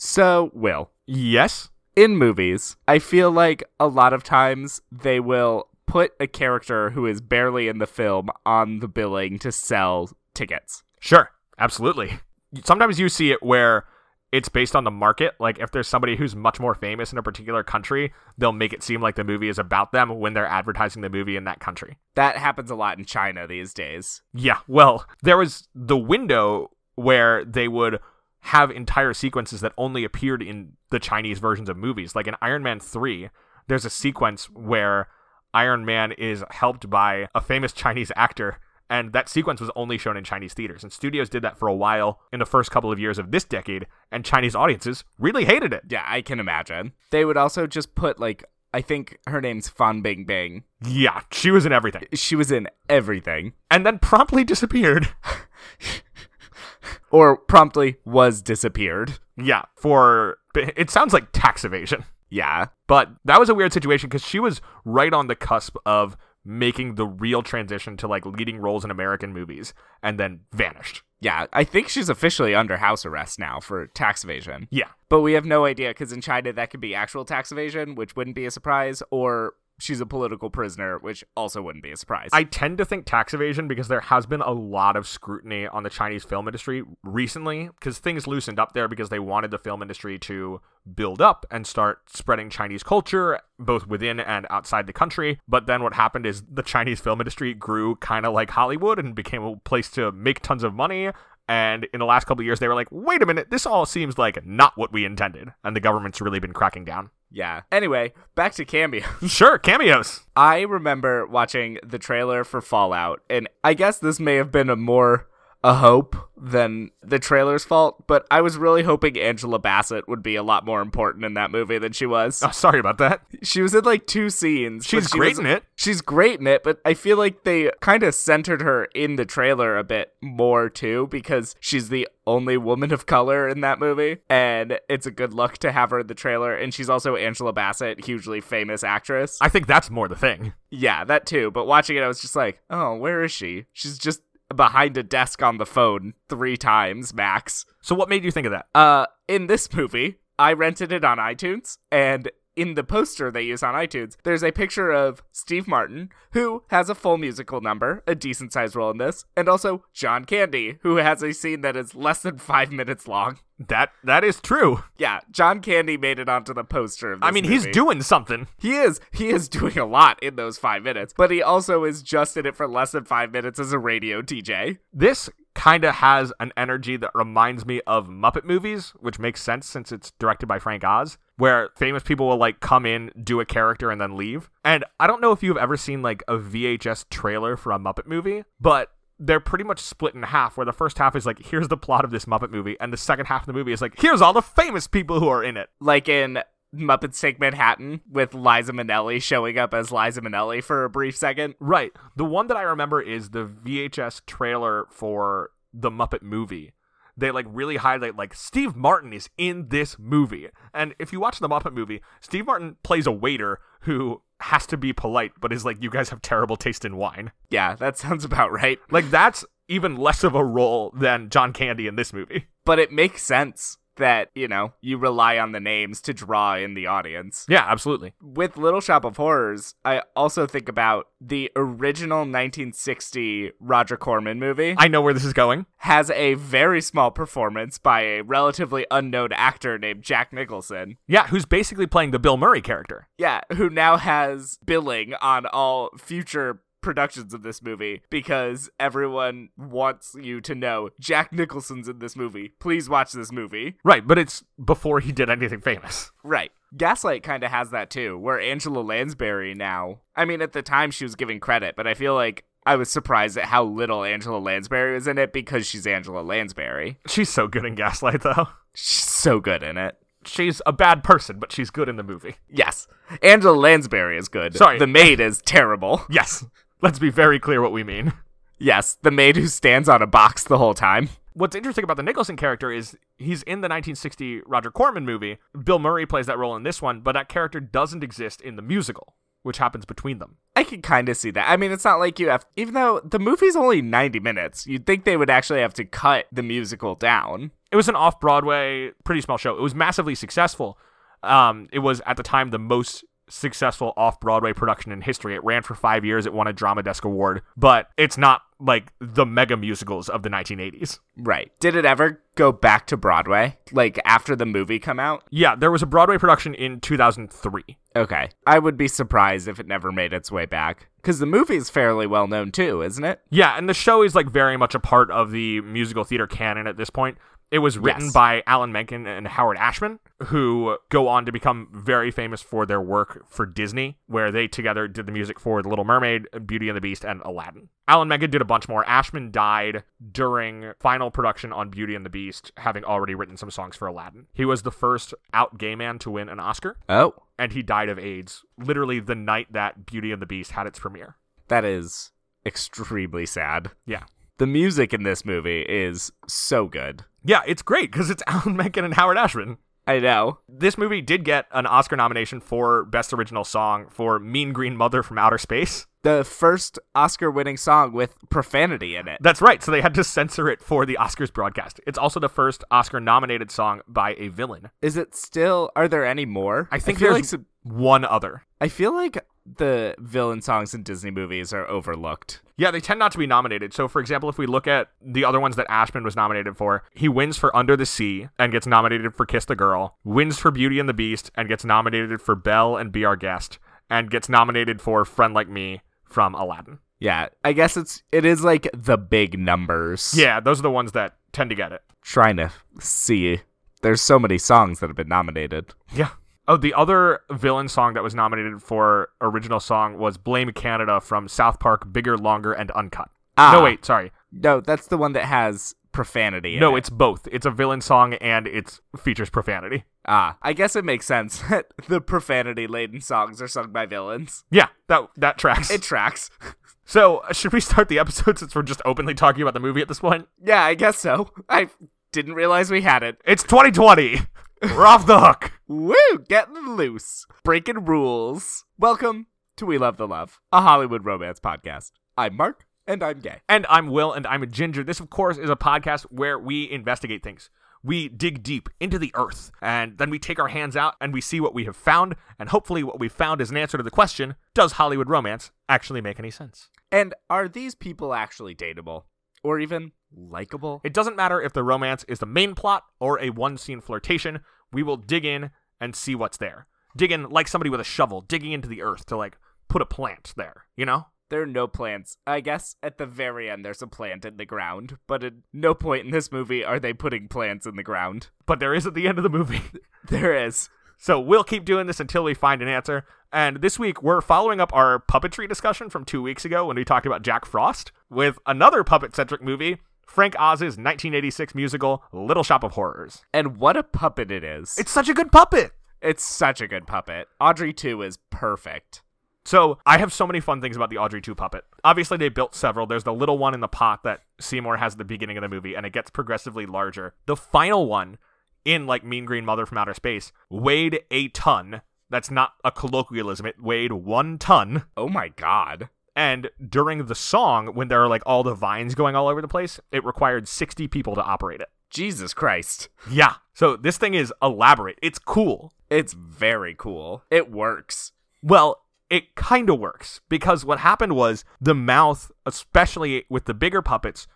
So, Will, Yes. in movies, I feel like a lot of times they will put a character who is barely in the film on the billing to sell tickets. Sure. Absolutely. Sometimes you see it where it's based on the market. Like if there's somebody who's much more famous in a particular country, they'll make it seem like the movie is about them when they're advertising the movie in that country. That happens a lot in China these days. Yeah, well, there was the window where they would have entire sequences that only appeared in the Chinese versions of movies. Like in Iron Man 3, there's a sequence where Iron Man is helped by a famous Chinese actor, and that sequence was only shown in Chinese theaters. And studios did that for a while in the first couple of years of this decade, and Chinese audiences really hated it. Yeah, I can imagine. They would also just put, like, I think her name's Fan Bingbing. Yeah, she was in everything. She was in everything, And then promptly disappeared. or promptly was disappeared. yeah, for it sounds like tax evasion. Yeah. But that was a weird situation because she was right on the cusp of making the real transition to like leading roles in American movies and then vanished. Yeah, I think she's officially under house arrest now for tax evasion. Yeah. But we have no idea because in China that could be actual tax evasion, which wouldn't be a surprise, or she's a political prisoner, which also wouldn't be a surprise. I tend to think tax evasion because there has been a lot of scrutiny on the Chinese film industry recently because things loosened up there because they wanted the film industry to build up and start spreading Chinese culture both within and outside the country. But then what happened is the Chinese film industry grew kind of like Hollywood and became a place to make tons of money. And in the last couple of years, they were like, wait a minute, this all seems like not what we intended. And the government's really been cracking down. yeah. Anyway, back to Cameo. Sure, cameos. I remember watching the trailer for Fallout, and I guess this may have been a more a hope than the trailer's fault, but I was really hoping Angela Bassett would be a lot more important in that movie than she was. Oh, sorry about that. She was in like two scenes. but She's she great was- in it. She's great in it, but I feel like they kind of centered her in the trailer a bit more too because she's the only woman of color in that movie and it's a good look to have her in the trailer and she's also Angela Bassett, hugely famous actress. I think that's more the thing. yeah, that too, but watching it I was just like, "Oh, where is she?" She's just behind a desk on the phone 3 times max. So, what made you think of that? Uh, in this movie, I rented it on iTunes, and in the poster they use on iTunes, there's a picture of Steve Martin, who has a full musical number, a decent sized role in this, and also John Candy, who has a scene that is less than five minutes long. That that is true. Yeah, John Candy made it onto the poster of this I mean, he's movie. doing something. He is. He is doing a lot in those five minutes, but he also is just in it for less than five minutes as a radio DJ. This kind of has an energy that reminds me of Muppet movies, which makes sense since it's directed by Frank Oz, where famous people will like come in, do a character and then leave. And I don't know if you've ever seen like a VHS trailer for a Muppet movie, but they're pretty much split in half where the first half is like here's the plot of this Muppet movie and the second half of the movie is like here's all the famous people who are in it. like in Muppets Take Manhattan with Liza Minnelli showing up as Liza Minnelli for a brief second. Right. The one that I remember is the VHS trailer for the Muppet movie. They like really highlight like Steve Martin is in this movie. And if you watch the Muppet movie, Steve Martin plays a waiter who has to be polite but is like you guys have terrible taste in wine. Yeah, that sounds about right. Like that's even less of a role than John Candy in this movie. But it makes sense that, you know, you rely on the names to draw in the audience. Yeah, absolutely. With Little Shop of Horrors, I also think about the original 1960 Roger Corman movie I know where this is going. has a very small performance by a relatively unknown actor named Jack Nicholson. Yeah, who's basically playing the Bill Murray character. Yeah, who now has billing on all future productions of this movie because everyone wants you to know Jack Nicholson's in this movie. Please watch this movie. Right, but it's before he did anything famous. Right. Gaslight kind of has that too, where Angela Lansbury now. I mean, at the time she was giving credit, but I feel like I was surprised at how little Angela Lansbury was in it because she's Angela Lansbury. She's so good in Gaslight though. She's so good in it. she's a bad person, but she's good in the movie. Yes. Angela Lansbury is good. Sorry. The maid is terrible. Yes. Let's be very clear what we mean. Yes, the maid who stands on a box the whole time. What's interesting about the Nicholson character is he's in the 1960 Roger Corman movie. Bill Murray plays that role in this one, but that character doesn't exist in the musical, which happens between them. I can kind of see that. I mean, it's not like you have, even though the movie's only 90 minutes, you'd think they would actually have to cut the musical down. It was an off Broadway, pretty small show. It was massively successful. Um, it was at the time the most successful off Broadway production in history. It ran for five years. It won a Drama Desk Award, but it's not like the mega musicals of the 1980s. Right. Did it ever go back to Broadway? Like after the movie come out? Yeah, there was a Broadway production in 2003. Okay. I would be surprised if it never made its way back. Because the movie's fairly well known too, isn't it? Yeah, and the show is like very much a part of the musical theater canon at this point. It was written Yes. by Alan Menken and Howard Ashman, who go on to become very famous for their work for Disney, where they together did the music for The Little Mermaid, Beauty and the Beast, and Aladdin. Alan Menken did a bunch more. Ashman died during final production on Beauty and the Beast, having already written some songs for Aladdin. He was the first out gay man to win an Oscar, Oh. and he died of AIDS literally the night that Beauty and the Beast had its premiere. That is extremely sad. Yeah. The music in this movie is so good. Yeah, it's great because it's Alan Menken and Howard Ashman. I know. This movie did get an Oscar nomination for Best Original Song for Mean Green Mother from Outer Space. The first Oscar winning song with profanity in it. That's right, so they had to censor it for the Oscars broadcast. It's also the first Oscar nominated song by a villain. Is it still are there any more? I think feel there's like some, one other. I feel like the villain songs in Disney movies are overlooked. Yeah, they tend not to be nominated. So, for example, if we look at the other ones that Ashman was nominated for, he wins for Under the Sea and gets nominated for Kiss the Girl, wins for Beauty and the Beast and gets nominated for Belle and Be Our Guest, and gets nominated for Friend Like Me from Aladdin. Yeah, I guess it's it is like the big numbers. Yeah, those are the ones that tend to get it. trying to see. There's so many songs that have been nominated. Yeah. Oh, the other villain song that was nominated for original song was Blame Canada from South Park Bigger, Longer, and Uncut. Ah. No, wait, sorry. No, that's the one that has profanity. In No, it. it's both. It's a villain song and it features profanity. ah. I guess it makes sense that the profanity laden songs are sung by villains. Yeah, that that tracks. It tracks. so, uh, should we start the episode since we're just openly talking about the movie at this point? yeah, I guess so. I didn't realize we had it. It's 2020. we're off the hook. Woo! Getting loose, breaking rules. Welcome to We Love the Love, a Hollywood romance podcast. I'm Mark, and I'm gay. And I'm Will, and I'm a Ginger. This, of course, is a podcast where we investigate things. We dig deep into the earth, and then we take our hands out and we see what we have found. And hopefully, what we've found is an answer to the question Does Hollywood romance actually make any sense? And are these people actually dateable, or even likable? It doesn't matter if the romance is the main plot or a one scene flirtation, we will dig in and see what's there. Dig in like somebody with a shovel, digging into the earth to like put a plant there, you know? There are no plants. I guess at the very end there's a plant in the ground, but at no point in this movie are they putting plants in the ground. But there is at the end of the movie. There is. So we'll keep doing this until we find an answer. And this week, we're following up our puppetry discussion from two weeks ago when we talked about Jack Frost with another puppet centric movie, Frank Oz's 1986 musical, Little Shop of Horrors. And what a puppet it is. It's such a good puppet! It's such a good puppet. Audrey 2 is perfect. So I have so many fun things about the Audrey 2 puppet. Obviously, they built several. There's the little one in the pot that Seymour has at the beginning of the movie, and it gets progressively larger. The final one in like Mean Green Mother from Outer Space weighed a ton. That's not a colloquialism. It weighed one ton. Oh my god. And during the song, when there are like all the vines going all over the place, it required 60 people to operate it. Jesus Christ. Yeah. So this thing is elaborate. It's cool. It's very cool. It works. Well, it kind of works because what happened was the mouth, especially with the bigger puppets,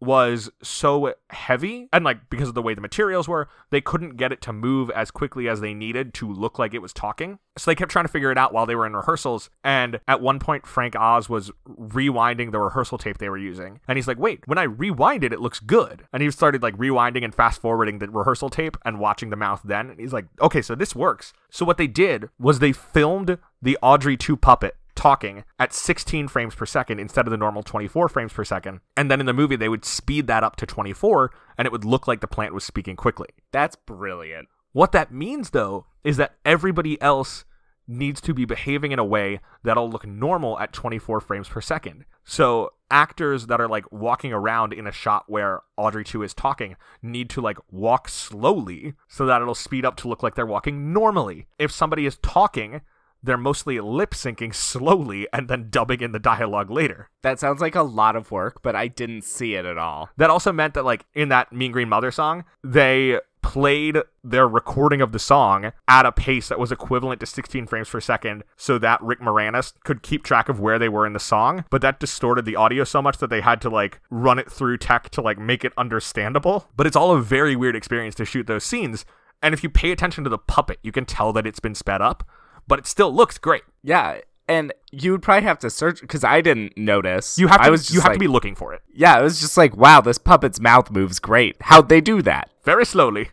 was so heavy and like because of the way the materials were, they couldn't get it to move as quickly as they needed to look like it was talking. So they kept trying to figure it out while they were in rehearsals. And at one point, Frank Oz was rewinding the rehearsal tape they were using. And he's like, wait, when I rewind it, it looks good. And he started like rewinding and fast forwarding the rehearsal tape and watching the mouth then. And he's like, okay, so this works. So what they did was they filmed the Audrey 2 puppet talking at 16 frames per second instead of the normal 24 frames per second. And then in the movie, they would speed that up to 24 and it would look like the plant was speaking quickly. That's brilliant. What that means, though, is that everybody else needs to be behaving in a way that'll look normal at 24 frames per second. So actors that are like walking around in a shot where Audrey 2 is talking need to like walk slowly so that it'll speed up to look like they're walking normally. If somebody is talking, they're mostly lip syncing slowly and then dubbing in the dialogue later. That sounds like a lot of work, but I didn't see it at all. That also meant that, like, in that Mean Green Mother song, they played their recording of the song at a pace that was equivalent to 16 frames per second so that Rick Moranis could keep track of where they were in the song, but that distorted the audio so much that they had to like run it through tech to like make it understandable. But it's all a very weird experience to shoot those scenes, and if you pay attention to the puppet, you can tell that it's been sped up, but it still looks great. Yeah, and you would probably have to search because I didn't notice. You have to I was just you have like- to be looking for it. Yeah, it was just like, wow, this puppet's mouth moves great. How'd they do that? Very slowly.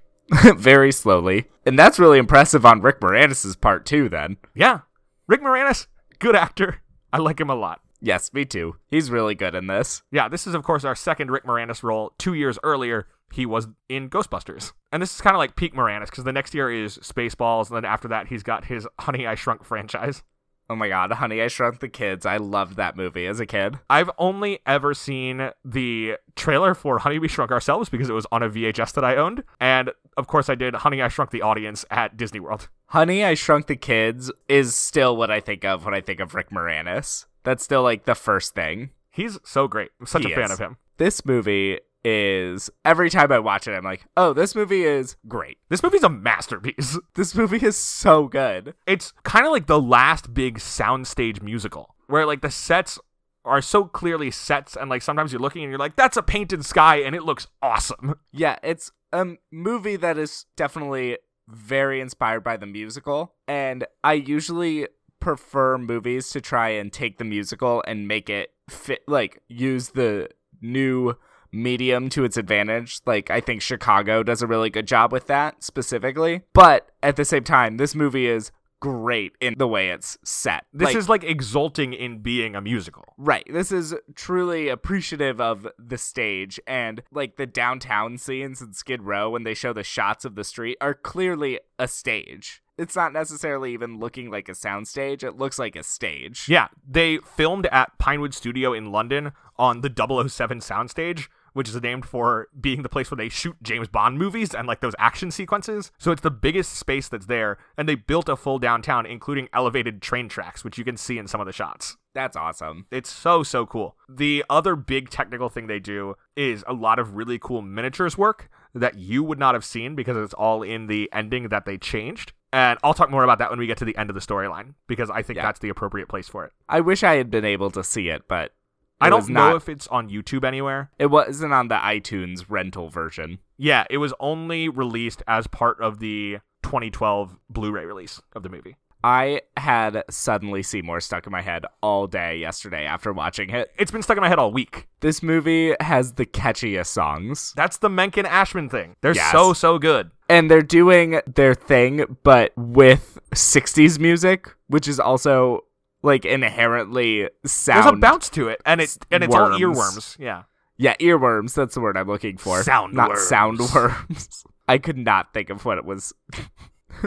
Very slowly. And that's really impressive on Rick Moranis's part too. Then Yeah. Rick Moranis, good actor. I like him a lot. yes, me too. He's really good in this. Yeah, this is of course our second Rick Moranis role. Two years earlier, he was in Ghostbusters, and this is kind of like peak Moranis because the next year is Spaceballs, and then after that, he's got his Honey I Shrunk franchise. Oh my god, Honey, I Shrunk the Kids. I loved that movie as a kid. I've only ever seen the trailer for Honey We Shrunk Ourselves because it was on a VHS that I owned, and of course, I did Honey I Shrunk the Audience at Disney World. Honey, I Shrunk the Kids is still what I think of when I think of Rick Moranis. That's still like the first thing. He's so great. I'm such He a fan is. of him. This movie is every time I watch it, I'm like, oh, this movie is great. This movie's a masterpiece. This movie is so good. it's kind of like the last big soundstage musical where like the sets are so clearly sets and like sometimes you're looking and you're like that's a painted sky and it looks awesome Yeah, it's a movie that is definitely very inspired by the musical. And I usually prefer movies to try and take the musical and make it fit, like, use the new medium to its advantage. Like, I think Chicago does a really good job with that specifically. But at the same time, this movie is great in the way it's set. this Like, is like exulting in being a musical Right. This is truly appreciative of the stage and like the downtown scenes in Skid Row when they show the shots of the street are clearly a stage. It's not necessarily even looking like a soundstage. It looks like a stage. yeah they filmed at pinewood studio in london on the 007 soundstage which is named for being the place where they shoot James Bond movies and like those action sequences. So it's the biggest space that's there, and they built a full downtown, including elevated train tracks, which you can see in some of the shots. That's awesome. It's so so cool. The other big technical thing they do is a lot of really cool miniatures work that you would not have seen because it's all in the ending that they changed. And I'll talk more about that when we get to the end of the storyline because I think Yeah. that's the appropriate place for it. I wish I had been able to see it, but I it don't was know not- if it's on YouTube anywhere. it wasn't on the iTunes rental version. Yeah, it was only released as part of the 2012 Blu-ray release of the movie. I had suddenly Seymour stuck in my head all day yesterday after watching it. It's been stuck in my head all week. This movie has the catchiest songs. That's the Menken Ashman thing. They're Yes. so so good. and they're doing their thing but with 60s music which is also like inherently sound There's a bounce to it, and it's and it's all Worms. earworms. Yeah. yeah earworms that's the word i'm looking for Sound not worms. sound worms i could not think of what it was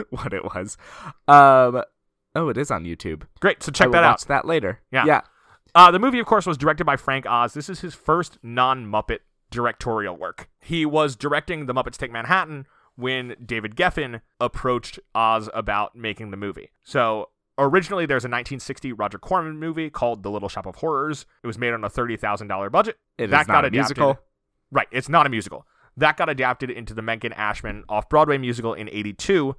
what it was um oh it is on youtube Great. So I check will that out. watch that later Yeah. yeah Uh, the movie, of course, was directed by Frank Oz. This is his first non Muppet directorial work. He was directing The Muppets Take Manhattan when David Geffen approached Oz about making the movie. So originally, there's a 1960 Roger Corman movie called The Little Shop of Horrors. It was made on a $30,000 budget. It is That not got a adapted- musical Right, it's not a musical. That got adapted into the Menken Ashman off Broadway musical in 82.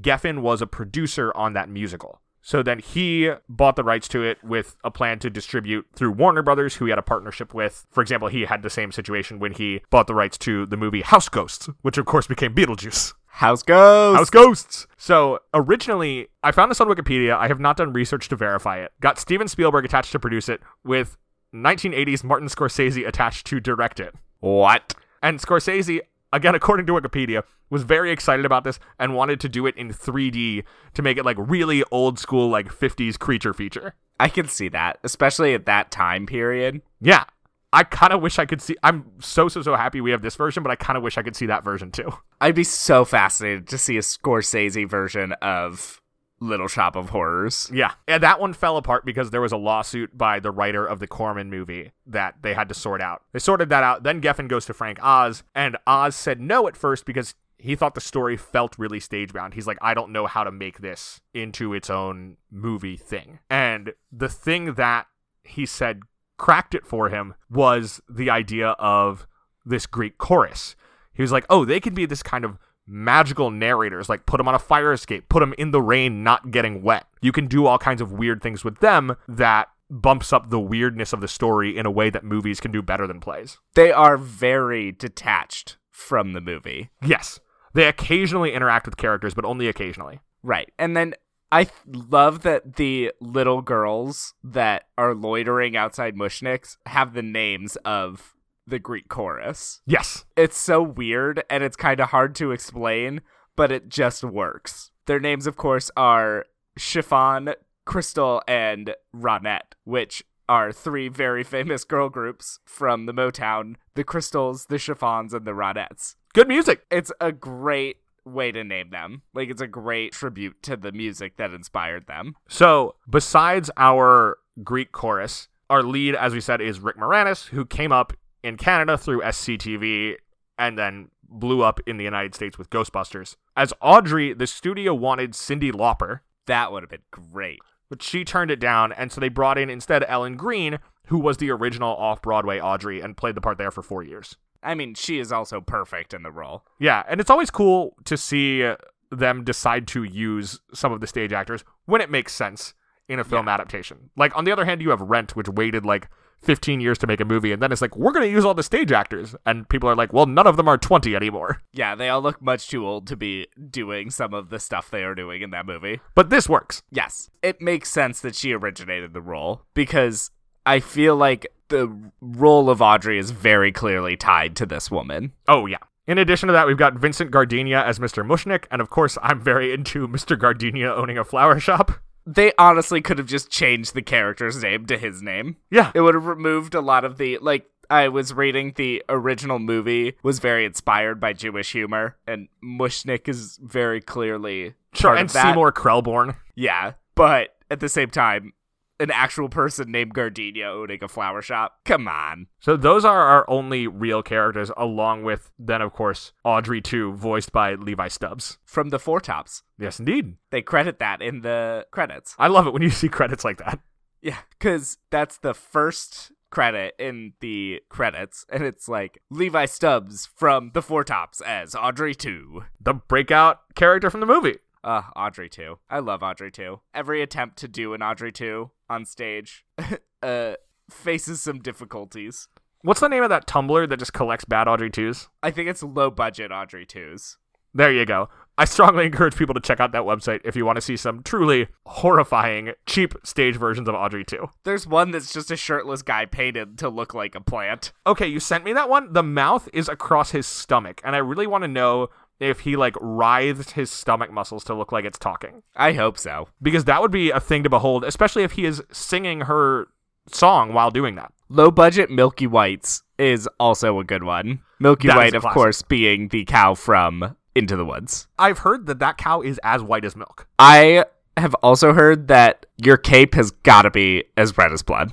Geffen was a producer on that musical. So then he bought the rights to it with a plan to distribute through Warner Brothers, who he had a partnership with. For example, he had the same situation when he bought the rights to the movie House Ghosts, which of course became Beetlejuice. house goes House Ghosts. So originally, I found this on Wikipedia. I have not done research to verify it. Got Steven Spielberg attached to produce it, with 1980s Martin Scorsese attached to direct it. what And Scorsese, again, according to Wikipedia, was very excited about this and wanted to do it in 3D to make it like really old school, like 50s creature feature. i can see that especially at that time period Yeah. I kind of wish I could see. I'm so, so, so happy we have this version, but I kind of wish I could see that version too. I'd be so fascinated to see a Scorsese version of Little Shop of Horrors. Yeah. And that one fell apart because there was a lawsuit by the writer of the Corman movie that they had to sort out. They sorted that out. Then Geffen goes to Frank Oz, and Oz said no at first because he thought the story felt really stage bound. He's like, I don't know how to make this into its own movie thing. And the thing that he said cracked it for him was the idea of this Greek chorus. He was like, oh, they can be this kind of magical narrators, like put them on a fire escape, put them in the rain, not getting wet. You can do all kinds of weird things with them that bumps up the weirdness of the story in a way that movies can do better than plays. They are very detached from the movie. Yes. They occasionally interact with characters, but only occasionally. Right. And then I th- love that the little girls that are loitering outside Mushniks have the names of the Greek chorus. Yes. It's so weird and it's kind of hard to explain, but it just works. Their names, of course, are Chiffon, Crystal, and Ronette, which are three very famous girl groups from the Motown the Crystals, the Chiffons, and the Ronettes. Good music. It's a great way to name them. Like, it's a great tribute to the music that inspired them. So, besides our Greek chorus, our lead, as we said, is Rick Moranis, who came up in Canada through SCTV and then blew up in the United States with Ghostbusters. As Audrey, the studio wanted Cindy Lauper, That would have been great. but she turned it down, and so they brought in instead Ellen Green, who was the original off Broadway Audrey and played the part there for four years. I mean, she is also perfect in the role. Yeah, and it's always cool to see uh, them decide to use some of the stage actors when it makes sense in a film adaptation. Like on the other hand, you have Rent, which waited like 15 years to make a movie, and then it's like we're going to use all the stage actors, and people are like, well, none of them are 20 anymore. Yeah, they all look much too old to be doing some of the stuff they are doing in that movie. But this works. Yes, it makes sense that she originated the role because I feel like the role of Audrey is very clearly tied to this woman. Oh yeah. In addition to that, we've got Vincent Gardenia as Mr. Mushnick, and of course, I'm very into Mr. Gardenia owning a flower shop. They honestly could have just changed the character's name to his name. Yeah. It would have removed a lot of the like I was reading the original movie was very inspired by Jewish humor and Mushnick is very clearly Sure, part and of that. Seymour Krelborn. Yeah, but at the same time, an actual person named Gardenia owning a flower shop. Come on. So those are our only real characters, along with then of course Audrey too, voiced by Levi Stubbs. From the Four Tops. Yes, indeed. They credit that in the credits. I love it when you see credits like that. Yeah, because that's the first credit in the credits, and it's like Levi Stubbs from the Four Tops as Audrey 2. The breakout character from the movie. Uh, Audrey 2. I love Audrey 2. Every attempt to do an Audrey 2 on stage uh, faces some difficulties. What's the name of that Tumblr that just collects bad Audrey twos? I think it's low budget Audrey 2s. There you go. I strongly encourage people to check out that website if you want to see some truly horrifying, cheap stage versions of Audrey 2. There's one that's just a shirtless guy painted to look like a plant. Okay, you sent me that one. The mouth is across his stomach, and I really want to know if he like writhed his stomach muscles to look like it's talking. I hope so. because that would be a thing to behold, especially if he is singing her song while doing that. Low budget Milky Whites is also a good one. Milky That is White, a of classic. course, being the cow from Into the Woods. I've heard that that cow is as white as milk. I have also heard that your cape has got to be as red as blood.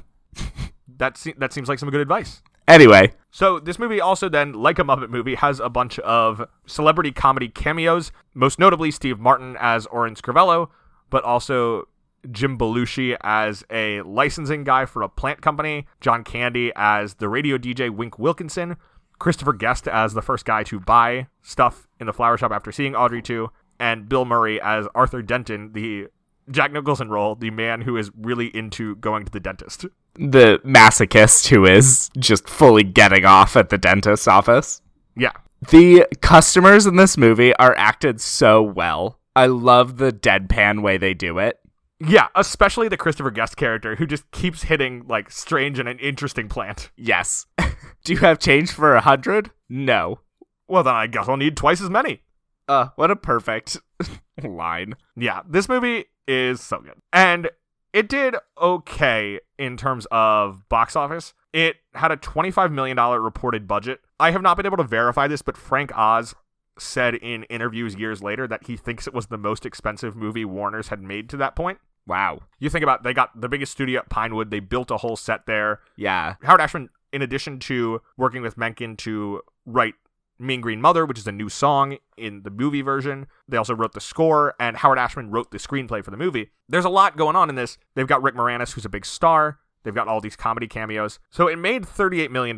That se- that seems like some good advice. Anyway, So this movie also then, like a Muppet movie, has a bunch of celebrity comedy cameos, most notably Steve Martin as Orin Scrivello, but also Jim Belushi as a licensing guy for a plant company, John Candy as the radio DJ Wink Wilkinson, Christopher Guest as the first guy to buy stuff in the flower shop after seeing Audrey 2, and Bill Murray as Arthur Denton, the Jack Nicholson role, the man who is really into going to the dentist. the masochist who is just fully getting off at the dentist's office. Yeah. The customers in this movie are acted so well. I love the deadpan way they do it. Yeah, especially the Christopher Guest character who just keeps hitting like strange and an interesting plant. Yes. Do you have change for a hundred? No. Well, then I guess I'll need twice as many. Uh, what a perfect line. Yeah, this movie is so good. And it did okay in terms of box office. It had a $25 million reported budget. I have not been able to verify this, but Frank Oz said in interviews years later that he thinks it was the most expensive movie Warner's had made to that point. Wow. You think about they got the biggest studio at Pinewood, they built a whole set there. Yeah. Howard Ashman, in addition to working with Mencken to write Mean Green Mother, which is a new song in the movie version. They also wrote the score, and Howard Ashman wrote the screenplay for the movie. There's a lot going on in this. They've got Rick Moranis, who's a big star. They've got all these comedy cameos. So it made $38 million,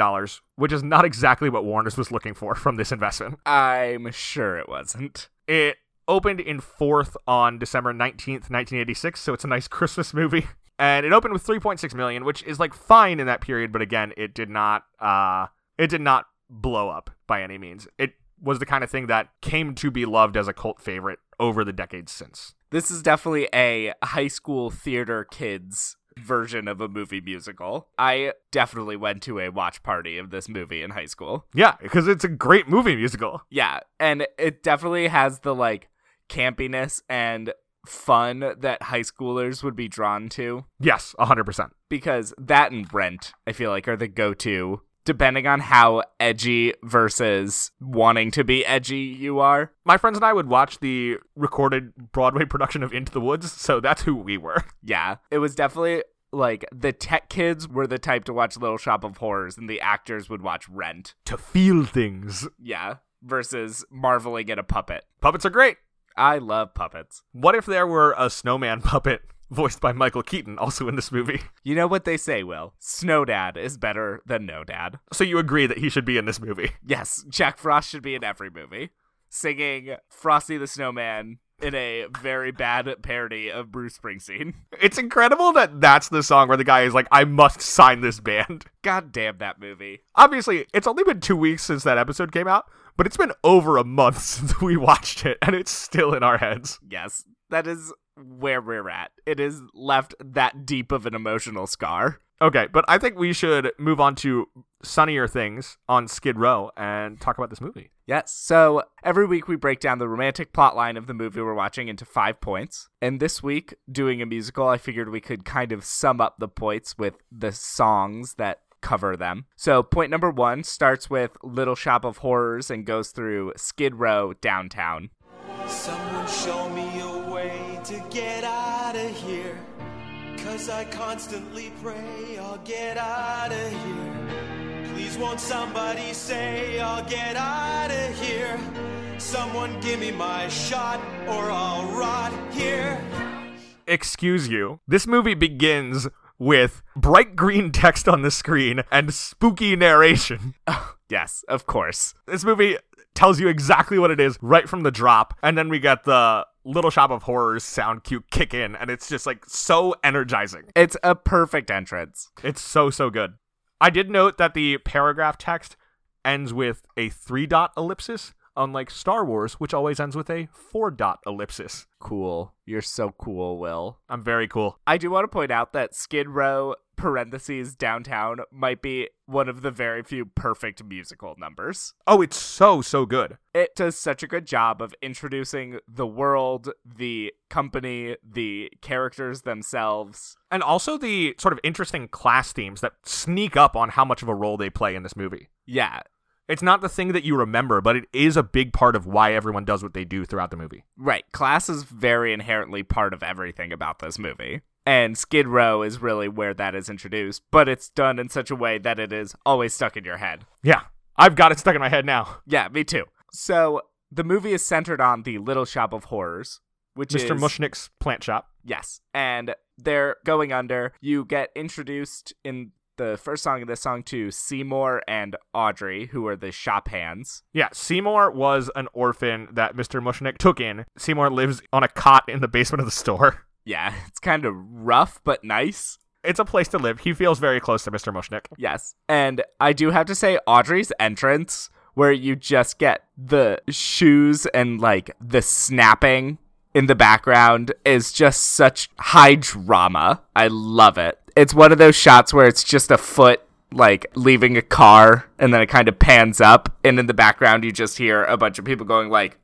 which is not exactly what Warner's was looking for from this investment. I'm sure it wasn't. It opened in fourth on December 19th, 1986, so it's a nice Christmas movie. And it opened with 3.6 million, which is like fine in that period, but again, it did not uh it did not blow up by any means. It was the kind of thing that came to be loved as a cult favorite over the decades since. This is definitely a high school theater kids version of a movie musical. I definitely went to a watch party of this movie in high school. Yeah, because it's a great movie musical. Yeah, and it definitely has the like campiness and fun that high schoolers would be drawn to Yes, 100%. because that and Rent, I feel like, are the go to, depending on how edgy versus wanting to be edgy you are. My friends and I would watch the recorded Broadway production of Into the Woods, so that's who we were. Yeah, it was definitely like the tech kids were the type to watch Little Shop of Horrors and the actors would watch Rent. To feel things. Yeah, versus marveling at a puppet. Puppets are great. I love puppets. What if there were a snowman puppet voiced by Michael Keaton also in this movie? You know what they say, Will? Snow Dad is better than No Dad. So you agree that he should be in this movie? Yes, Jack Frost should be in every movie, singing Frosty the Snowman in a very bad parody of Bruce Springsteen. It's incredible that that's the song where the guy is like, I must sign this band. God damn that movie. Obviously, it's only been two weeks since that episode came out, but it's been over a month since we watched it, and it's still in our heads. Yes, that is where we're at. It has left that deep of an emotional scar. Okay, but I think we should move on to sunnier things on Skid Row and talk about this movie. Yes. So every week we break down the romantic plot line of the movie we're watching into five points. And this week, doing a musical, I figured we could kind of sum up the points with the songs that cover them. So point number one starts with Little Shop of Horrors and goes through Skid Row downtown. Someone show me a way to get out of here. Cause I constantly pray I'll get out of here. Please won't somebody say I'll get out of here. Someone give me my shot or I'll rot here. excuse you. This movie begins with bright green text on the screen and spooky narration. Yes, of course. This movie tells you exactly what it is right from the drop, and then we get the Little Shop of Horrors sound cue kick in, and it's just like so energizing. It's a perfect entrance. It's so, so good. I did note that the paragraph text ends with a three dot ellipsis, unlike Star Wars, which always ends with a four dot ellipsis. Cool. You're so cool, Will. I'm very cool. I do want to point out that Skid Row parentheses downtown might be one of the very few perfect musical numbers. Oh, it's so, so good. it does such a good job of introducing the world, the company, the characters themselves. and also the sort of interesting class themes that sneak up on how much of a role they play in this movie. Yeah, It's not the thing that you remember, but it is a big part of why everyone does what they do throughout the movie. right. Class is very inherently part of everything about this movie. And Skid Row is really where that is introduced, but it's done in such a way that it is always stuck in your head. Yeah, I've got it stuck in my head now. Yeah, me too. So the movie is centered on the Little Shop of Horrors, which is Mr. Mushnick's plant shop. Yes. And they're going under. You get introduced in the first song of this song to Seymour and Audrey, who are the shop hands. Yeah, Seymour was an orphan that Mr. Mushnick took in. Seymour lives on a cot in the basement of the store. Yeah, it's kind of rough but nice. It's a place to live. He feels very close to Mr. Mushnick. Yes. And I do have to say, Audrey's entrance, where you just get the shoes and like the snapping in the background, is just such high drama. I love it. It's one of those shots where it's just a foot like leaving a car and then it kind of pans up and in the background you just hear a bunch of people going like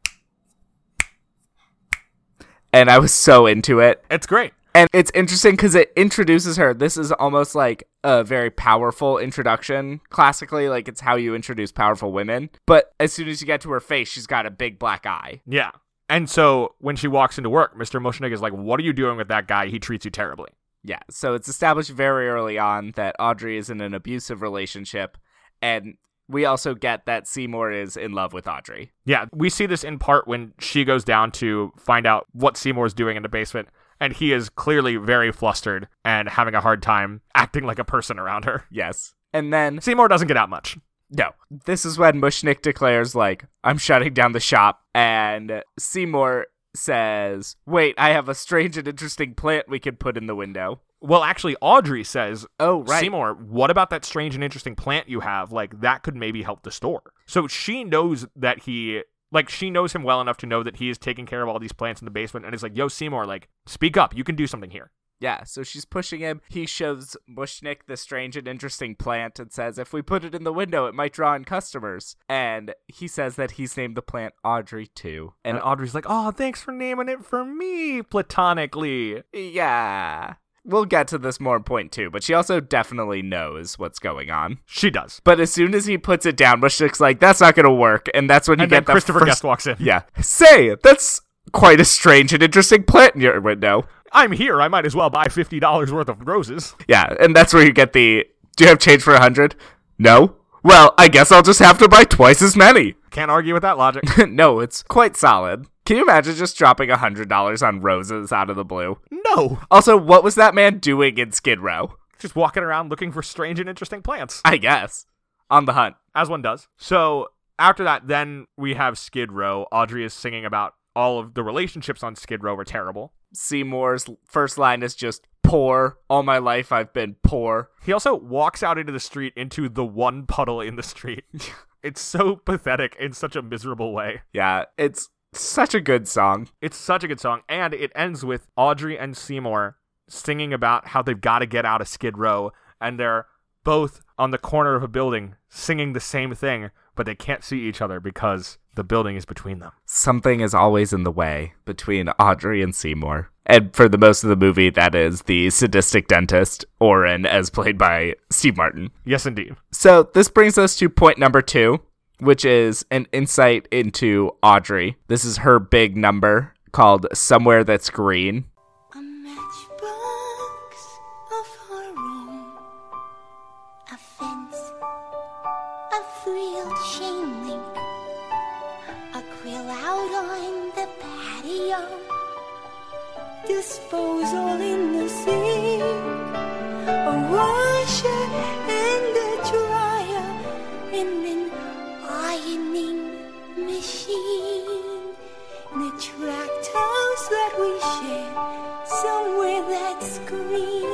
and I was so into it. It's great. And it's interesting because it introduces her. This is almost like a very powerful introduction. Classically, like it's how you introduce powerful women. But as soon as you get to her face, she's got a big black eye. Yeah. And so when she walks into work, Mr. Mushnick is like, What are you doing with that guy? He treats you terribly. Yeah. So it's established very early on that Audrey is in an abusive relationship. And we also get that Seymour is in love with Audrey. Yeah, we see this in part when she goes down to find out what Seymour's doing in the basement, and he is clearly very flustered and having a hard time acting like a person around her. Yes. And then, Seymour doesn't get out much. no, this is when Mushnick declares, like, I'm shutting down the shop. And Seymour says, Wait, I have a strange and interesting plant we could put in the window. Well, actually, Audrey says, Oh, right. Seymour, what about that strange and interesting plant you have? Like, that could maybe help the store. So she knows that he, like, she knows him well enough to know that he is taking care of all these plants in the basement and is like, yo, Seymour, like, speak up. You can do something here. Yeah, so she's pushing him. He shows Mushnick the strange and interesting plant and says, if we put it in the window, it might draw in customers. And he says that he's named the plant Audrey, too. And And Audrey's like, oh, thanks for naming it for me, platonically. yeah, we'll get to this more in point two, but she also definitely knows what's going on. She does. But as soon as he puts it down, Mushnick's like, that's not going to work. And that's when you And get then the Christopher first- Guest walks in. Yeah. Say, that's quite a strange and interesting plant in your window. I'm here. I might as well buy $50 worth of roses. Yeah, and that's where you get the do you have change for a hundred? No? Well, I guess I'll just have to buy twice as many. Can't argue with that logic. no, it's quite solid. Can you imagine just dropping a hundred dollars on roses out of the blue? no. Also, what was that man doing in Skid Row? Just walking around looking for strange and interesting plants. I guess. On the hunt. as one does. So after that, then we have Skid Row. Audrey is singing about all of the relationships on Skid Row were terrible. Seymour's first line is just poor. All my life I've been poor. He also walks out into the street into the one puddle in the street. it's so pathetic in such a miserable way. Yeah, it's such a good song. It's such a good song, and it ends with Audrey and Seymour singing about how they've got to get out of Skid Row, and they're both on the corner of a building singing the same thing, but they can't see each other because the building is between them. Something is always in the way between Audrey and Seymour. And for the most of the movie, that is the sadistic dentist, Oren, as played by Steve Martin. Yes, indeed. So this brings us to point number two, which is an insight into Audrey. This is her big number called Somewhere That's Green. A matchbox of her own. A fence. A frilled chain link. A quill out on the patio. Disposal in the sink. A washer and a dryer. And an ironing machine. In a tract house that we share, somewhere that's green.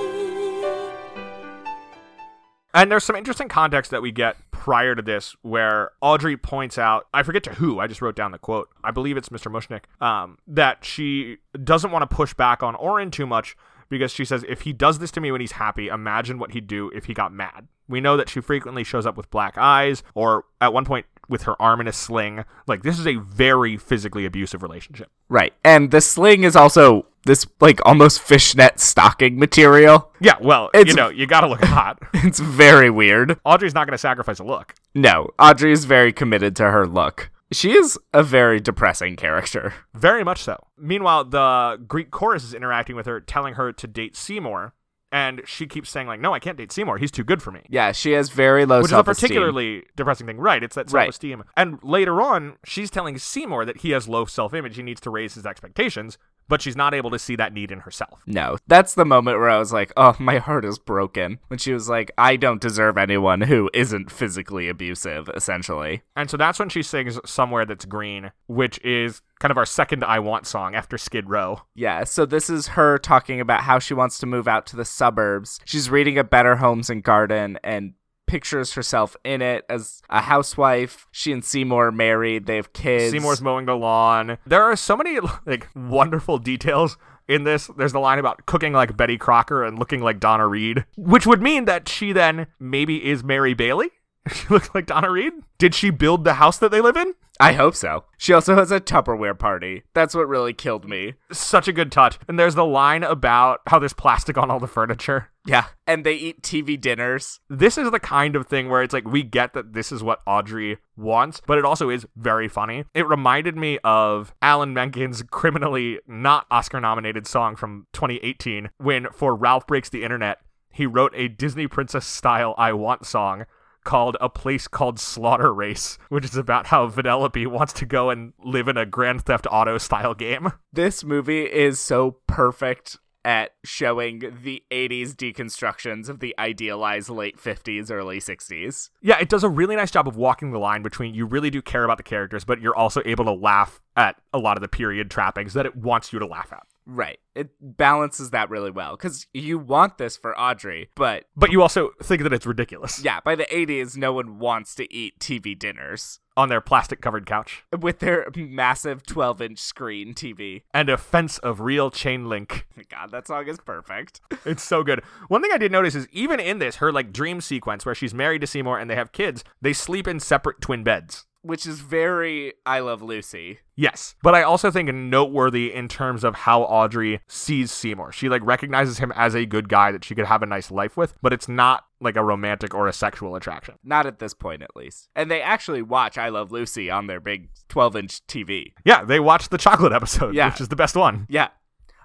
And there's some interesting context that we get prior to this where Audrey points out, I forget to who, I just wrote down the quote. I believe it's Mr. Mushnick, um, that she doesn't want to push back on Orin too much because she says, if he does this to me when he's happy, imagine what he'd do if he got mad. We know that she frequently shows up with black eyes or at one point with her arm in a sling. Like, this is a very physically abusive relationship. Right. And the sling is also this like almost fishnet stocking material. Yeah, well, you It's- know, you got to look hot. It's very weird. Audrey's not going to sacrifice a look. No, Audrey is very committed to her look. She is a very depressing character. Very much so. Meanwhile, the Greek chorus is interacting with her, telling her to date Seymour, and she keeps saying like, "No, I can't date Seymour. He's too good for me." Yeah, she has very low Which is a self-esteem. particularly depressing thing, right? It's that Right. self-esteem. And later on, she's telling Seymour that he has low self-image. He needs to raise his expectations, but she's not able to see that need in herself. no, that's the moment where I was like, "Oh, my heart is broken." When she was like, "I don't deserve anyone who isn't physically abusive," essentially. And so that's when she sings "Somewhere That's Green," which is kind of our second "I Want" song after Skid Row. Yeah, so this is her talking about how she wants to move out to the suburbs. She's reading A Better Homes and Garden and pictures herself in it as a housewife. She and Seymour are married, they have kids. Seymour's mowing the lawn. There are so many like wonderful details in this. There's the line about cooking like Betty Crocker and looking like Donna Reed, which would mean that she then maybe is Mary Bailey. she looks like Donna Reed. Did she build the house that they live in? I hope so. She also has a Tupperware party. That's what really killed me. Such a good touch. And there's the line about how there's plastic on all the furniture. Yeah. And they eat TV dinners. This is the kind of thing where it's like we get that this is what Audrey wants, but it also is very funny. It reminded me of Alan Menken's criminally not Oscar nominated song from 2018 when for Ralph Breaks the Internet, he wrote a Disney princess style I want song called A Place Called Slaughter Race, which is about how Vanellope wants to go and live in a Grand Theft Auto style game. This movie is so perfect at showing the 80s deconstructions of the idealized late 50s, early 60s. Yeah, it does a really nice job of walking the line between you really do care about the characters, but you're also able to laugh at a lot of the period trappings that it wants you to laugh at. Right. It balances that really well because you want this for Audrey, but But you also think that it's ridiculous yeah, by the 80s, no one wants to eat TV dinners on their plastic covered couch. with their massive 12 inch screen TV. And a fence of real chain link. God, that song is perfect. It's so good. One thing I did notice is even in this, her like dream sequence where she's married to Seymour and they have kids, they sleep in separate twin beds. Which is very I Love Lucy. Yes. But I also think noteworthy in terms of how Audrey sees Seymour. She like recognizes him as a good guy that she could have a nice life with, but it's not like a romantic or a sexual attraction. Not at this point, at least. And they actually watch I Love Lucy on their big 12 inch TV. Yeah, they watched the chocolate episode, Yeah. which is the best one. Yeah.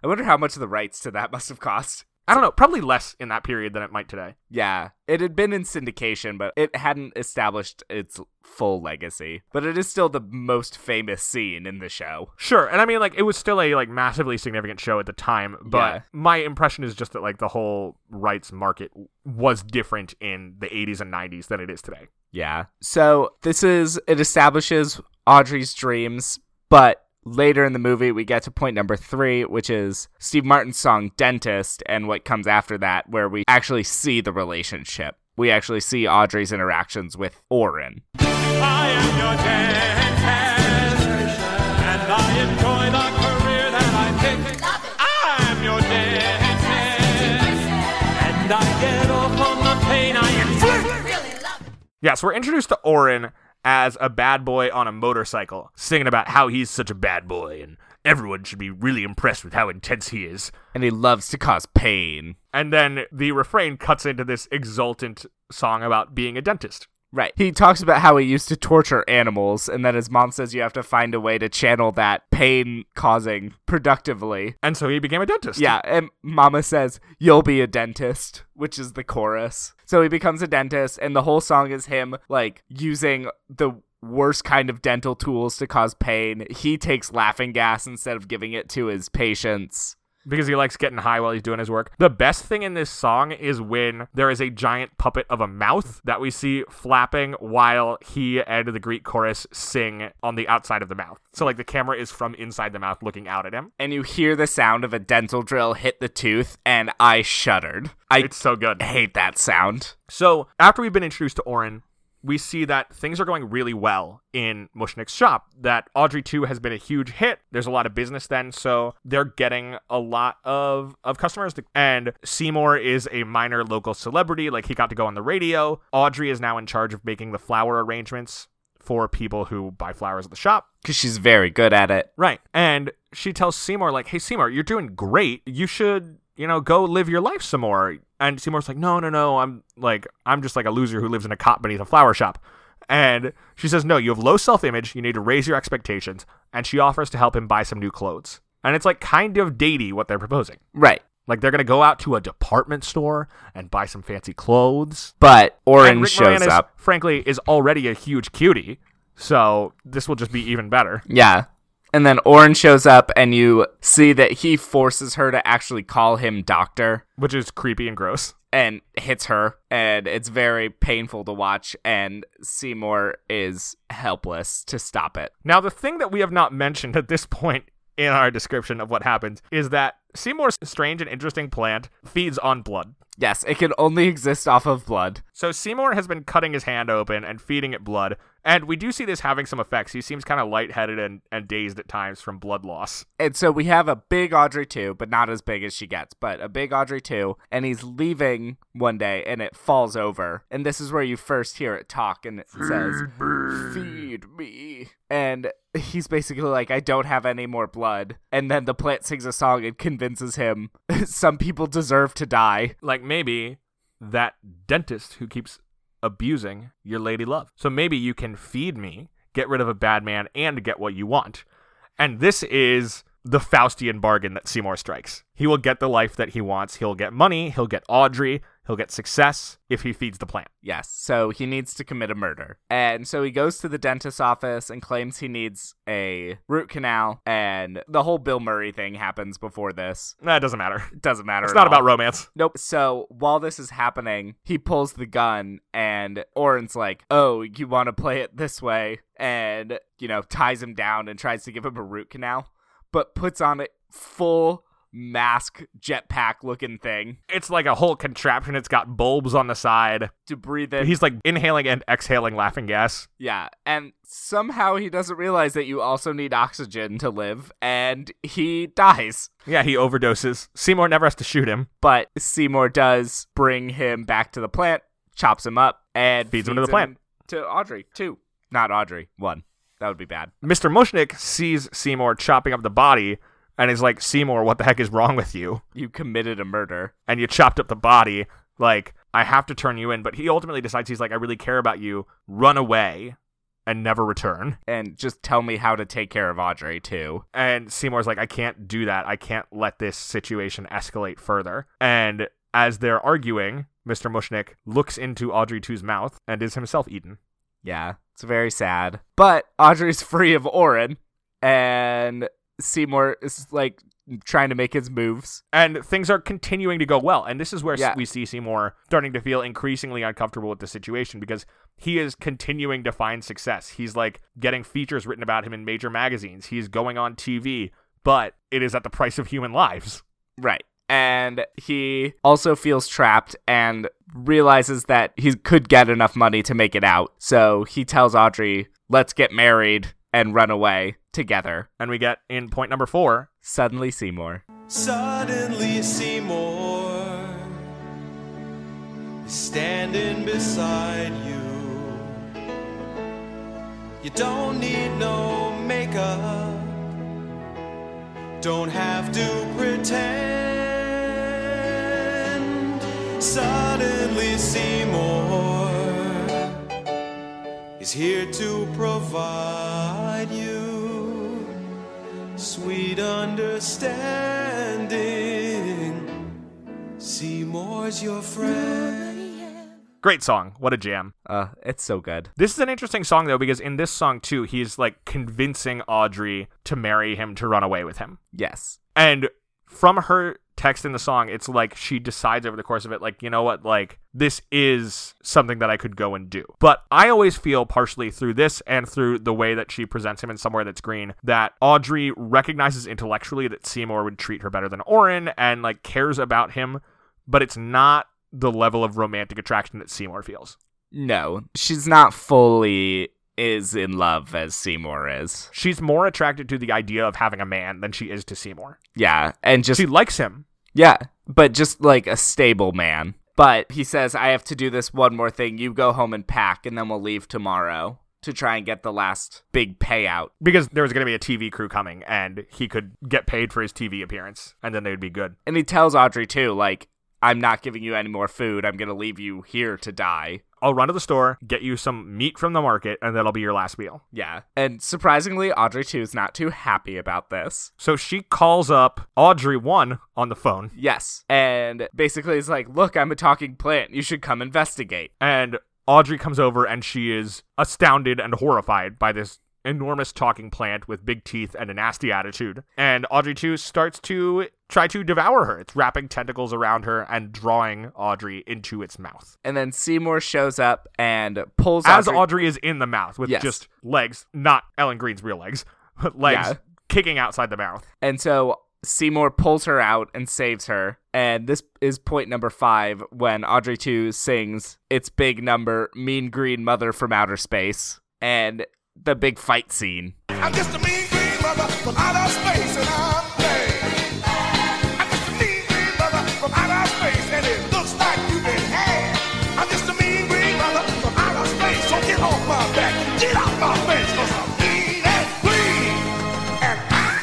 I wonder how much the rights to that must have cost. I don't know, probably less in that period than it might today. Yeah, it had been in syndication, but it hadn't established its full legacy. But it is still the most famous scene in the show. Sure, and I mean like it was still a like massively significant show at the time, but Yeah. my impression is just that like the whole rights market was different in the 80s and 90s than it is today. Yeah. So this is, it establishes Audrey's dreams, but later in the movie, we get to point number three, which is Steve Martin's song Dentist, and what comes after that, where we actually see the relationship. We actually see Audrey's interactions with Oren. I am your dentist, and I enjoy the career that I pick. I am your dentist, and I get off on the pain I inflict. Yeah, so we're introduced to Orin as a bad boy on a motorcycle, singing about how he's such a bad boy and everyone should be really impressed with how intense he is. And he loves to cause pain. And then the refrain cuts into this exultant song about being a dentist. Right. He talks about how he used to torture animals, and then his mom says you have to find a way to channel that pain causing productively. And so he became a dentist. Yeah, and Mama says, You'll be a dentist, which is the chorus. So he becomes a dentist, and the whole song is him, like, using the worst kind of dental tools to cause pain. He takes laughing gas instead of giving it to his patients. because he likes getting high while he's doing his work. The best thing in this song is when there is a giant puppet of a mouth that we see flapping while he and the Greek chorus sing on the outside of the mouth. So like the camera is from inside the mouth looking out at him. And you hear the sound of a dental drill hit the tooth, and I shuddered. I It's so good. hate that sound. So after we've been introduced to Orin, we see that things are going really well in Mushnik's shop. That Audrey 2 has been a huge hit. There's a lot of business then, so they're getting a lot of, of customers. And Seymour is a minor local celebrity. Like he got to go on the radio. Audrey is now in charge of making the flower arrangements for people who buy flowers at the shop. because she's very good at it. Right. And she tells Seymour, like, hey, Seymour, you're doing great. You should, you know, go live your life some more. And Seymour's like, no, no, no. I'm like, I'm just like a loser who lives in a cot beneath a flower shop. And she says, no, you have low self image. You need to raise your expectations. And she offers to help him buy some new clothes. And it's like kind of datey what they're proposing. Right. Like they're going to go out to a department store and buy some fancy clothes. But and Oren Rick shows Moranis, up. frankly, is already a huge cutie. So this will just be even better. Yeah. And then Oren shows up, and you see that he forces her to actually call him doctor which is creepy and gross. and hits her. And it's very painful to watch. And Seymour is helpless to stop it. Now, the thing that we have not mentioned at this point in our description of what happens is that Seymour's strange and interesting plant feeds on blood. Yes, it can only exist off of blood. So Seymour has been cutting his hand open and feeding it blood, and we do see this having some effects. He seems kind of lightheaded and, and dazed at times from blood loss. And so we have a big Audrey 2, but not as big as she gets, but a big Audrey 2. And he's leaving one day and it falls over. And this is where you first hear it talk and it says, Feed me. And he's basically like, I don't have any more blood. And then the plant sings a song and convinces him, Some people deserve to die. Like maybe that dentist who keeps abusing your lady love. So maybe you can feed me, get rid of a bad man, and get what you want. And this is the Faustian bargain that Seymour strikes. He will get the life that he wants. He'll get money. He'll get Audrey. He'll get success if he feeds the plant. Yes, so he needs to commit a murder. And so he goes to the dentist's office and claims he needs a root canal. And the whole Bill Murray thing happens before this. That doesn't matter. It doesn't matter. It's at not all. about romance. Nope. So while this is happening, he pulls the gun, and Oren's like, "Oh, you want to play it this way?" And you know, ties him down and tries to give him a root canal, but puts on a full mask, jetpack looking thing It's like a whole contraption. It's got bulbs on the side. to breathe in. He's like inhaling and exhaling laughing gas. yeah, and somehow he doesn't realize that you also need oxygen to live, and he dies. Yeah, he overdoses. Seymour never has to shoot him. But Seymour does bring him back to the plant, chops him up, and Feeds him to the plant. To Audrey, two. Not Audrey, one. That would be bad. Mr. Mushnick sees Seymour chopping up the body and is like, Seymour, what the heck is wrong with you? You committed a murder. And you chopped up the body. Like, I have to turn you in. But he ultimately decides he's like, I really care about you. Run away and never return. And just tell me how to take care of Audrey, too. And Seymour's like, I can't do that. I can't let this situation escalate further. And as they're arguing, Mr. Mushnick looks into Audrey 2's mouth and is himself eaten. Yeah, it's very sad. But Audrey's free of Orin, and Seymour is like trying to make his moves. and things are continuing to go well. And this is where s- Yeah. we see Seymour starting to feel increasingly uncomfortable with the situation because he is continuing to find success. He's like getting features written about him in major magazines. He's going on TV, but it is at the price of human lives. Right. And he also feels trapped and realizes that he could get enough money to make it out. So he tells Audrey, let's get married and run away together. And we get in point number four. Suddenly, Seymour. Suddenly Seymour is standing beside you. You don't need no makeup, don't have to pretend. Suddenly Seymour is here to provide you sweet understanding. Seymour's your friend. Great song. What a jam. Uh, it's so good. This is an interesting song, though, because in this song, too, he's like convincing Audrey to marry him to run away with him. Yes. And from her text in the song, it's like she decides over the course of it, like, you know what, like, this is something that I could go and do. But I always feel, partially through this and through the way that she presents him in Somewhere That's Green, that Audrey recognizes intellectually that Seymour would treat her better than Orin and, like, cares about him, but it's not the level of romantic attraction that Seymour feels. No, she's not fully as in love as Seymour is. She's more attracted to the idea of having a man than she is to Seymour. Yeah, and just She likes him, Yeah, but just like a stable man. But he says, I have to do this one more thing. You go home and pack, and then we'll leave tomorrow to try and get the last big payout. because there was going to be a TV crew coming and he could get paid for his TV appearance and then they would be good. And he tells Audrey, too, like, I'm not giving you any more food. I'm going to leave you here to die. I'll run to the store, get you some meat from the market, and that'll be your last meal. Yeah. And surprisingly, Audrey, too, is not too happy about this. So she calls up Audrey 1 on the phone Yes. And basically is like, Look, I'm a talking plant. You should come investigate. and Audrey comes over and she is astounded and horrified by this enormous talking plant with big teeth and a nasty attitude. And Audrey 2 starts to try to devour her. It's wrapping tentacles around her and drawing Audrey into its mouth. And then Seymour shows up and pulls as Audrey- Audrey is in the mouth with Yes. just legs, not Ellen Green's real legs, but legs Yeah. kicking outside the mouth. And so Seymour pulls her out and saves her. And this is point number five when Audrey 2 sings It's Big Number, Mean Green Mother from Outer Space, and the big fight scene. I'm just a mean green mother from outer space and I'm mad. I'm just a mean green mother from outer space and it looks like you've been had. I'm just a mean green mother from outer space, so get off my back, get off my face, cause I'm mean and green and I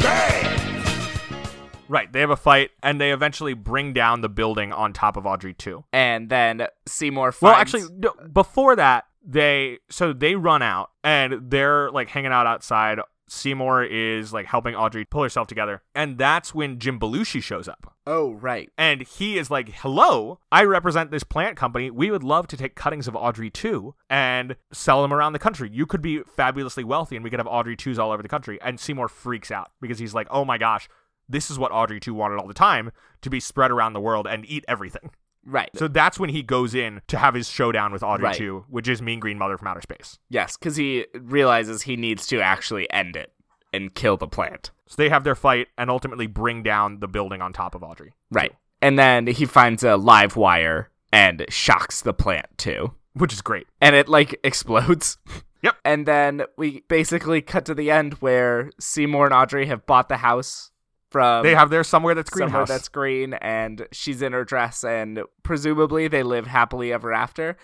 am bad. Right, they have a fight and they eventually bring down the building on top of Audrey too. And then Seymour finds. Well, actually, no, before that, they so they run out and they're like hanging out outside. Seymour is like helping Audrey pull herself together. And that's when Jim Belushi shows up. Oh, right. And he is like, hello, I represent this plant company. We would love to take cuttings of Audrey 2 and sell them around the country. You could be fabulously wealthy and we could have Audrey 2s all over the country. And Seymour freaks out because he's like, oh my gosh, this is what Audrey 2 wanted all the time to be spread around the world and eat everything. Right. So that's when he goes in to have his showdown with Audrey Right. 2, which is Mean Green Mother from Outer Space. yes, because he realizes he needs to actually end it and kill the plant. So they have their fight and ultimately bring down the building on top of Audrey. Right. And then he finds a live wire and shocks the plant too. Which is great. And it like explodes. Yep. And then we basically cut to the end where Seymour and Audrey have bought the house from They have their somewhere that's somewhere greenhouse. that's green and she's in her dress and presumably they live happily ever after.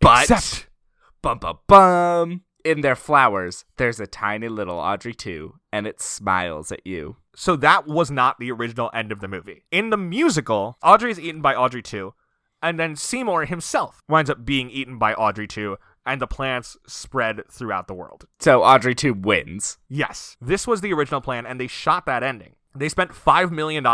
But Except bum bum bum in their flowers, there's a tiny little Audrey too, and it smiles at you. So that was not the original end of the movie. In the musical, Audrey is eaten by Audrey 2, and then Seymour himself winds up being eaten by Audrey 2, and the plants spread throughout the world. So Audrey too wins. Yes, this was the original plan, and they shot that ending. They spent $5 million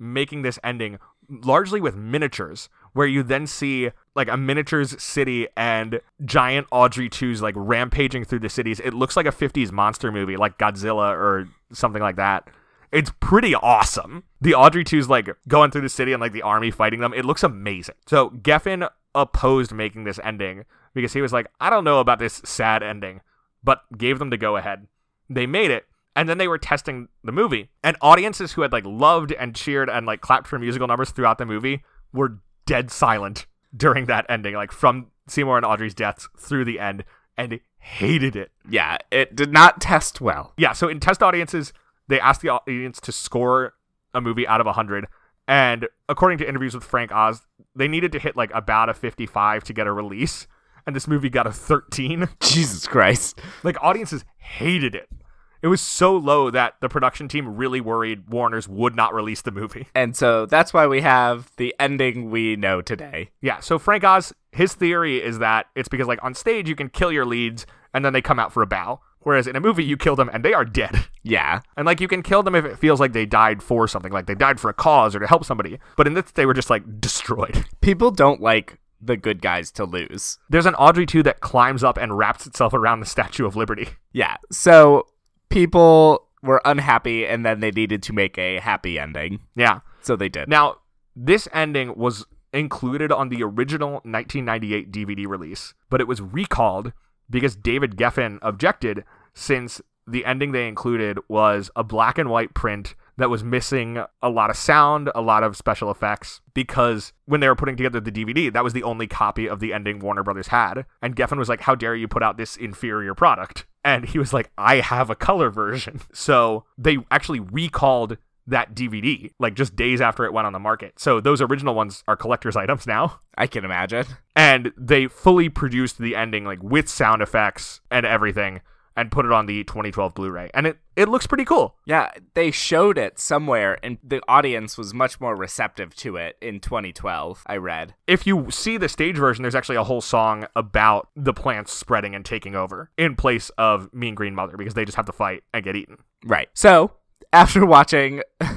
making this ending largely with miniatures, where you then see like a miniatures city and giant Audrey 2's like rampaging through the cities. It looks like a 50s monster movie, like Godzilla or something like that. It's pretty awesome. The Audrey 2's like going through the city and like the army fighting them. It looks amazing. So Geffen opposed making this ending because he was like, I don't know about this sad ending, but gave them the go ahead they made it and then they were testing the movie and audiences who had like loved and cheered and like clapped for musical numbers throughout the movie were dead silent during that ending like from seymour and audrey's deaths through the end and hated it Yeah, it did not test well. yeah so in test audiences they asked the audience to score a movie out of 100 and according to interviews with frank oz they needed to hit like about a 55 to get a release and this movie got a 13 Jesus Christ. like audiences hated it. It was so low that the production team really worried Warner's would not release the movie. And so that's why we have the ending we know today. Yeah, so Frank Oz, his theory is that it's because like on stage you can kill your leads and then they come out for a bow, whereas in a movie you kill them and they are dead. Yeah. And like you can kill them if it feels like they died for something, like they died for a cause or to help somebody. But in this they were just like destroyed. People don't like the good guys to lose. There's an Audrey 2 that climbs up and wraps itself around the Statue of Liberty. Yeah. So people were unhappy and then they needed to make a happy ending. Yeah. So they did. Now, this ending was included on the original 1998 DVD release, but it was recalled because David Geffen objected since the ending they included was a black and white print that was missing a lot of sound, a lot of special effects because when they were putting together the DVD, that was the only copy of the ending Warner Brothers had, and Geffen was like, "How dare you put out this inferior product?" And he was like, "I have a color version." So, they actually recalled that DVD, like just days after it went on the market. So those original ones are collector's items now. I can imagine. And they fully produced the ending, like with sound effects and everything, and put it on the 2012 Blu ray. And it, it looks pretty cool. Yeah, they showed it somewhere, and the audience was much more receptive to it in 2012. I read. If you see the stage version, there's actually a whole song about the plants spreading and taking over in place of Mean Green Mother because they just have to fight and get eaten. Right. So, after watching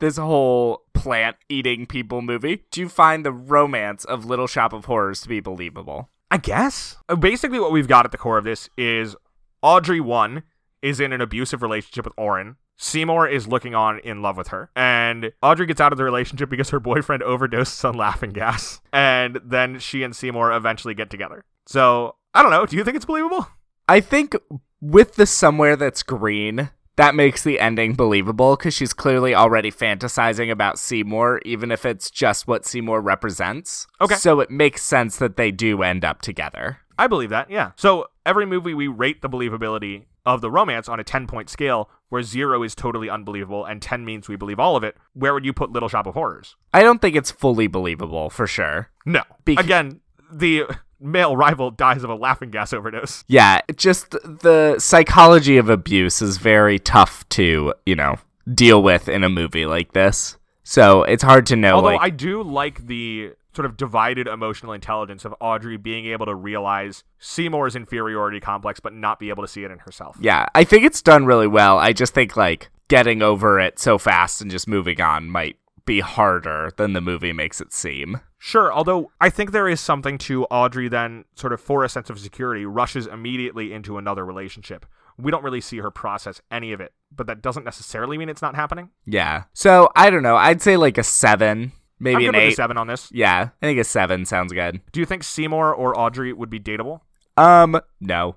this whole plant eating people movie, do you find the romance of Little Shop of Horrors to be believable? I guess. Uh, Basically, what we've got at the core of this is Audrey 1 is in an abusive relationship with Oren. Seymour is looking on in love with her. And Audrey gets out of the relationship because her boyfriend overdoses on laughing gas. And then she and Seymour eventually get together. So, I don't know. Do you think it's believable? I think with the somewhere that's green, that makes the ending believable because she's clearly already fantasizing about Seymour, even if it's just what Seymour represents. Okay. So it makes sense that they do end up together. I believe that, yeah. So, every movie we rate the believability of the romance on a 10 point scale, where zero is totally unbelievable and 10 means we believe all of it. Where would you put Little Shop of Horrors? I don't think it's fully believable for sure. No. Bec- Again, the male rival dies of a laughing gas overdose. Yeah, it just the psychology of abuse is very tough to, you know, deal with in a movie like this. So it's hard to know. Although like, I do like the sort of divided emotional intelligence of Audrey being able to realize Seymour's inferiority complex, but not be able to see it in herself. Yeah, I think it's done really well. I just think like getting over it so fast and just moving on might be harder than the movie makes it seem. Sure, although I think there is something to Audrey then, sort of for a sense of security, rushes immediately into another relationship. We don't really see her process any of it, but that doesn't necessarily mean it's not happening. Yeah. So I don't know. I'd say like a seven, maybe I'm an good with eight. a seven on this. Yeah, I think a seven sounds good. Do you think Seymour or Audrey would be dateable? Um, no.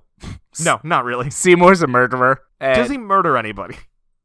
No, not really. Seymour's a murderer. and- Does he murder anybody?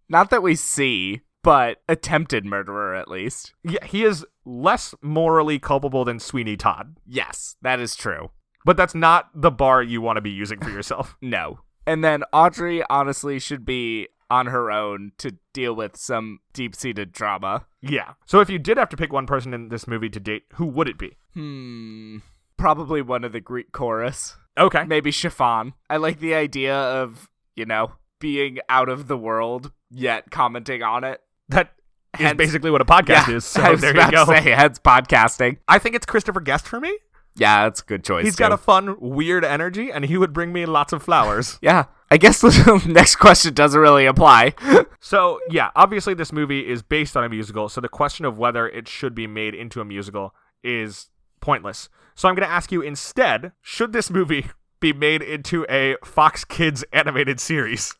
Not that we see, but attempted murderer at least. Yeah, he is less morally culpable than Sweeney Todd, Yes, that is true. but that's not the bar you want to be using for yourself. No. And then Audrey honestly should be on her own to deal with some deep seated drama. yeah. So if you did have to pick one person in this movie to date, who would it be? Hmm. Probably one of the Greek chorus. Okay. Maybe chiffon. I like the idea of, you know, being out of the world yet commenting on it. That is Hence- basically what a podcast is. So I was there about you go. to say, hence podcasting. I think it's Christopher Guest for me. Yeah, that's a good choice. He's got too. a fun, weird energy, and he would bring me lots of flowers. Yeah. I guess the next question doesn't really apply. so, yeah, obviously, this movie is based on a musical. So, the question of whether it should be made into a musical is pointless. So, I'm going to ask you instead should this movie be made into a Fox Kids animated series?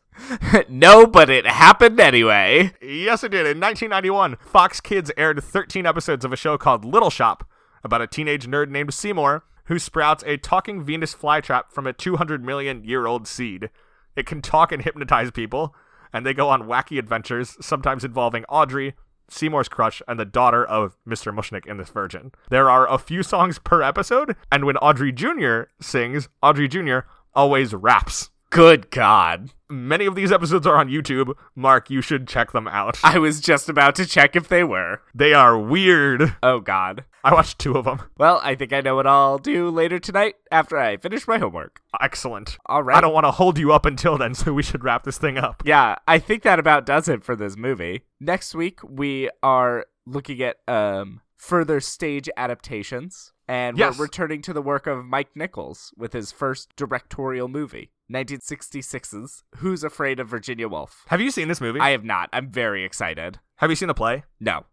no, but it happened anyway. Yes, it did. In 1991, Fox Kids aired 13 episodes of a show called Little Shop about a teenage nerd named Seymour who sprouts a talking Venus flytrap from a 200 million year old seed. It can talk and hypnotize people, and they go on wacky adventures, sometimes involving Audrey, Seymour's crush, and the daughter of Mr. Mushnick in This Virgin. There are a few songs per episode, and when Audrey Jr. sings, Audrey Jr. always raps. Good God. Many of these episodes are on YouTube. Mark, you should check them out. I was just about to check if they were. They are weird. Oh, God. I watched two of them. Well, I think I know what I'll do later tonight after I finish my homework. Excellent. All right. I don't want to hold you up until then, so we should wrap this thing up. Yeah, I think that about does it for this movie. Next week, we are looking at um, further stage adaptations, and Yes. we're returning to the work of Mike Nichols with his first directorial movie, 1966's Who's Afraid of Virginia Woolf? Have you seen this movie? I have not. I'm very excited. Have you seen the play? No,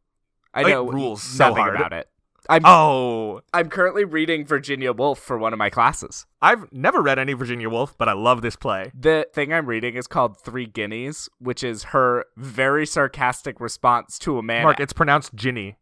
I It know rules so nothing hard. about it. I'm Oh, I'm currently reading Virginia Woolf for one of my classes. I've never read any Virginia Woolf, but I love this play. The thing I'm reading is called Three Guineas, which is her very sarcastic response to a man. Mark, it's pronounced Ginny.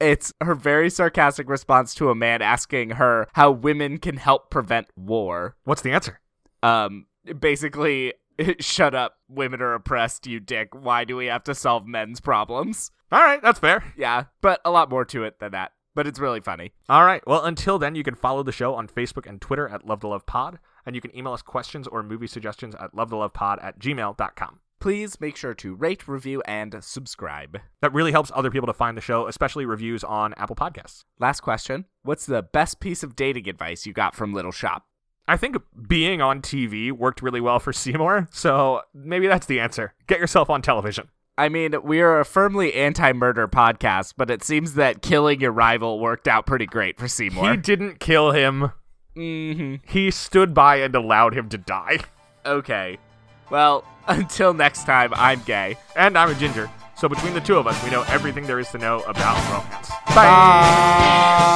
It's her very sarcastic response to a man asking her how women can help prevent war. What's the answer? Um, basically, shut up, women are oppressed, you dick. Why do we have to solve men's problems? All right, that's fair. Yeah, but a lot more to it than that. But it's really funny. All right. Well, until then, you can follow the show on Facebook and Twitter at Love to Love Pod, and you can email us questions or movie suggestions at love to love pod at gmail.com. Please make sure to rate, review, and subscribe. That really helps other people to find the show, especially reviews on Apple Podcasts. Last question. What's the best piece of dating advice you got from Little Shop? I think being on TV worked really well for Seymour, so maybe that's the answer. Get yourself on television. I mean, we are a firmly anti murder podcast, but it seems that killing your rival worked out pretty great for He Seymour. didn't kill him. hmm He stood by and allowed him to die. Okay. Well, until next time, I'm gay. And I'm a ginger, so between the two of us, we know everything there is to know about romance. Bye.